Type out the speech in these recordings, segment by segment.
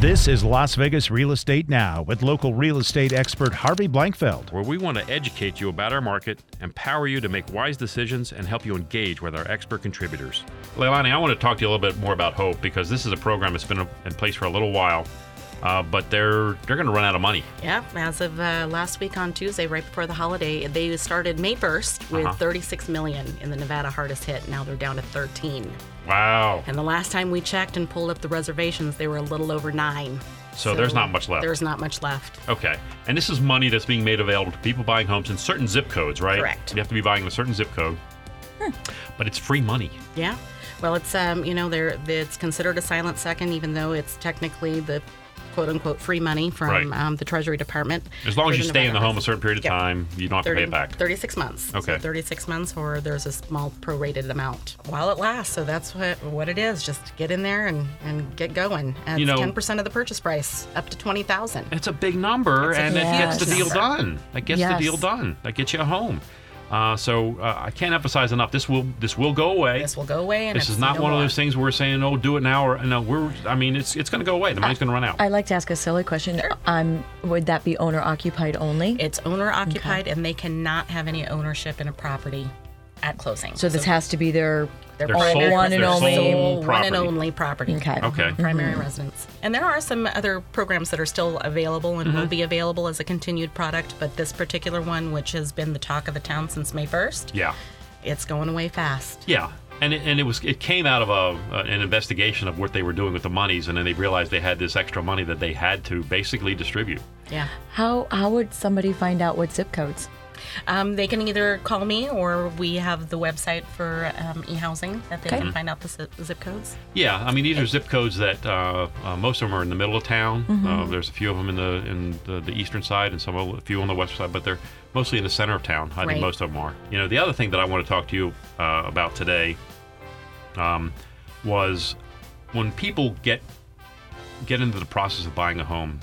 This is Las Vegas Real Estate Now with local real estate expert Harvey Blankfeld. where we want to educate you about our market, empower you to make wise decisions, and help you engage with our expert contributors. Leilani, I want to talk to you a little bit more about Hope because this is a program that's been in place for a little while, uh, but they're they're going to run out of money. Yep. As of uh, last week on Tuesday, right before the holiday, they started May 1st with Uh-huh. 36 million in the Nevada hardest hit. Now they're down to 13. Wow! And the last time we checked and pulled up the reservations, they were a little over nine. So there's not much left. There's not much left. Okay, and this is money that's being made available to people buying homes in certain zip codes, right? Correct. Hmm. You have to be buying in a certain zip code, but it's free money. Yeah. Well, it's um, you know, there it's considered a silent second, even though it's technically the quote unquote free money from Right. um, the Treasury Department. As long as for you the stay in the Nevada home a certain period of Yep. time, you don't have to pay it back. 36 months. Okay. So 36 months, or there's a small prorated amount while it lasts. So that's what what it is. Just get in there and, and get going. And You it's know- 10% of the purchase price, up to 20000 It's a big number, It's a and it huge gets the deal number. done. That gets Yes. the deal done. That gets you a home. Uh, so uh, I can't emphasize enough. This will this will go away. This will go away. And This it's is not no one of more. those things where we're saying, "Oh, do it now," or no. We're I mean, it's it's going to go away. The money's going to run out. I'd like to ask a silly question. Um, would that be owner occupied only? It's owner occupied, and they cannot have any ownership in a property at closing. so this has to be their Their only sole- one and their only. sole one and property. only property. Okay. okay. primary residence. And there are some other programs that are still available and will be available as a continued product, but this particular one, which has been the talk of the town since May 1st, Yeah. it's going away fast. Yeah. And it, and it was it came out of a, uh, an investigation of what they were doing with the monies, and then they realized they had this extra money that they had to basically distribute. Yeah. How how would somebody find out what zip codes? Um, they can either call me or we have the website for um, e-housing that they Okay. can find out the zi- zip codes. Yeah, I mean these are zip codes that uh, uh, most of them are in the middle of town. Uh, Mm-hmm. there's a few of them in the in the, the eastern side and some a few on the west side, but they're mostly in the center of town. I think Right. most of them are. You know, the other thing that I want to talk to you uh, about today um, was when people get get into the process of buying a home.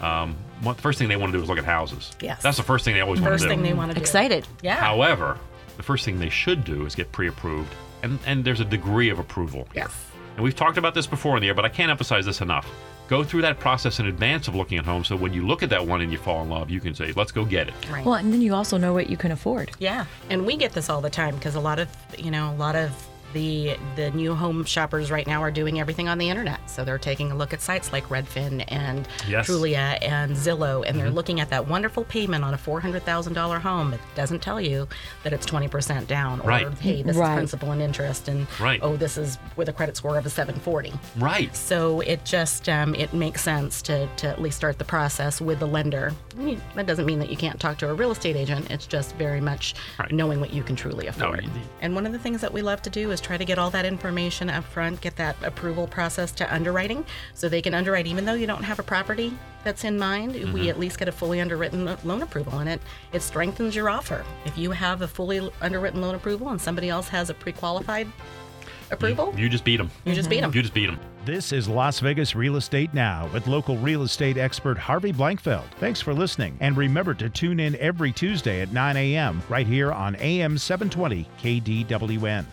Um, what, the first thing they want to do is look at houses. Yes. that's the first thing they always want First to do. thing they want to do. Excited. Yeah. However, the first thing they should do is get pre-approved, and and there's a degree of approval. Yes. And we've talked about this before in the air, but I can't emphasize this enough. Go through that process in advance of looking at home so when you look at that one and you fall in love, you can say, let's go get it. Right. Well, and then you also know what you can afford. Yeah, and we get this all the time because a lot of you know a lot of the the new home shoppers right now are doing everything on the internet. So they're taking a look at sites like Redfin and Yes. Mm-hmm. Trulia and Zillow, and they're looking at that wonderful payment on a four hundred thousand dollar home. It doesn't tell you that it's twenty percent down or Right. hey, this Right. is principal and interest, and Right. oh, this is with a credit score of a seven forty. Right. So it just um, it makes sense to, to at least start the process with the lender. I mean, that doesn't mean that you can't talk to a real estate agent. It's just very much Right. knowing what you can truly afford. you- and one of the things that we love to do is try to get all that information up front, get that approval process to underwriting, so they can underwrite even though you don't have a property that's in mind. Mm-hmm. We at least get a fully underwritten lo- loan approval, and it it strengthens your offer if you have a fully underwritten loan approval and somebody else has a pre-qualified approval. You Mm-hmm. just beat them. You just beat 'em. You just beat them. This is Las Vegas Real Estate Now with local real estate expert Harvey Blankfeld. Thanks for listening, and remember to tune in every Tuesday at 9 a.m. right here on AM 720 KDWN.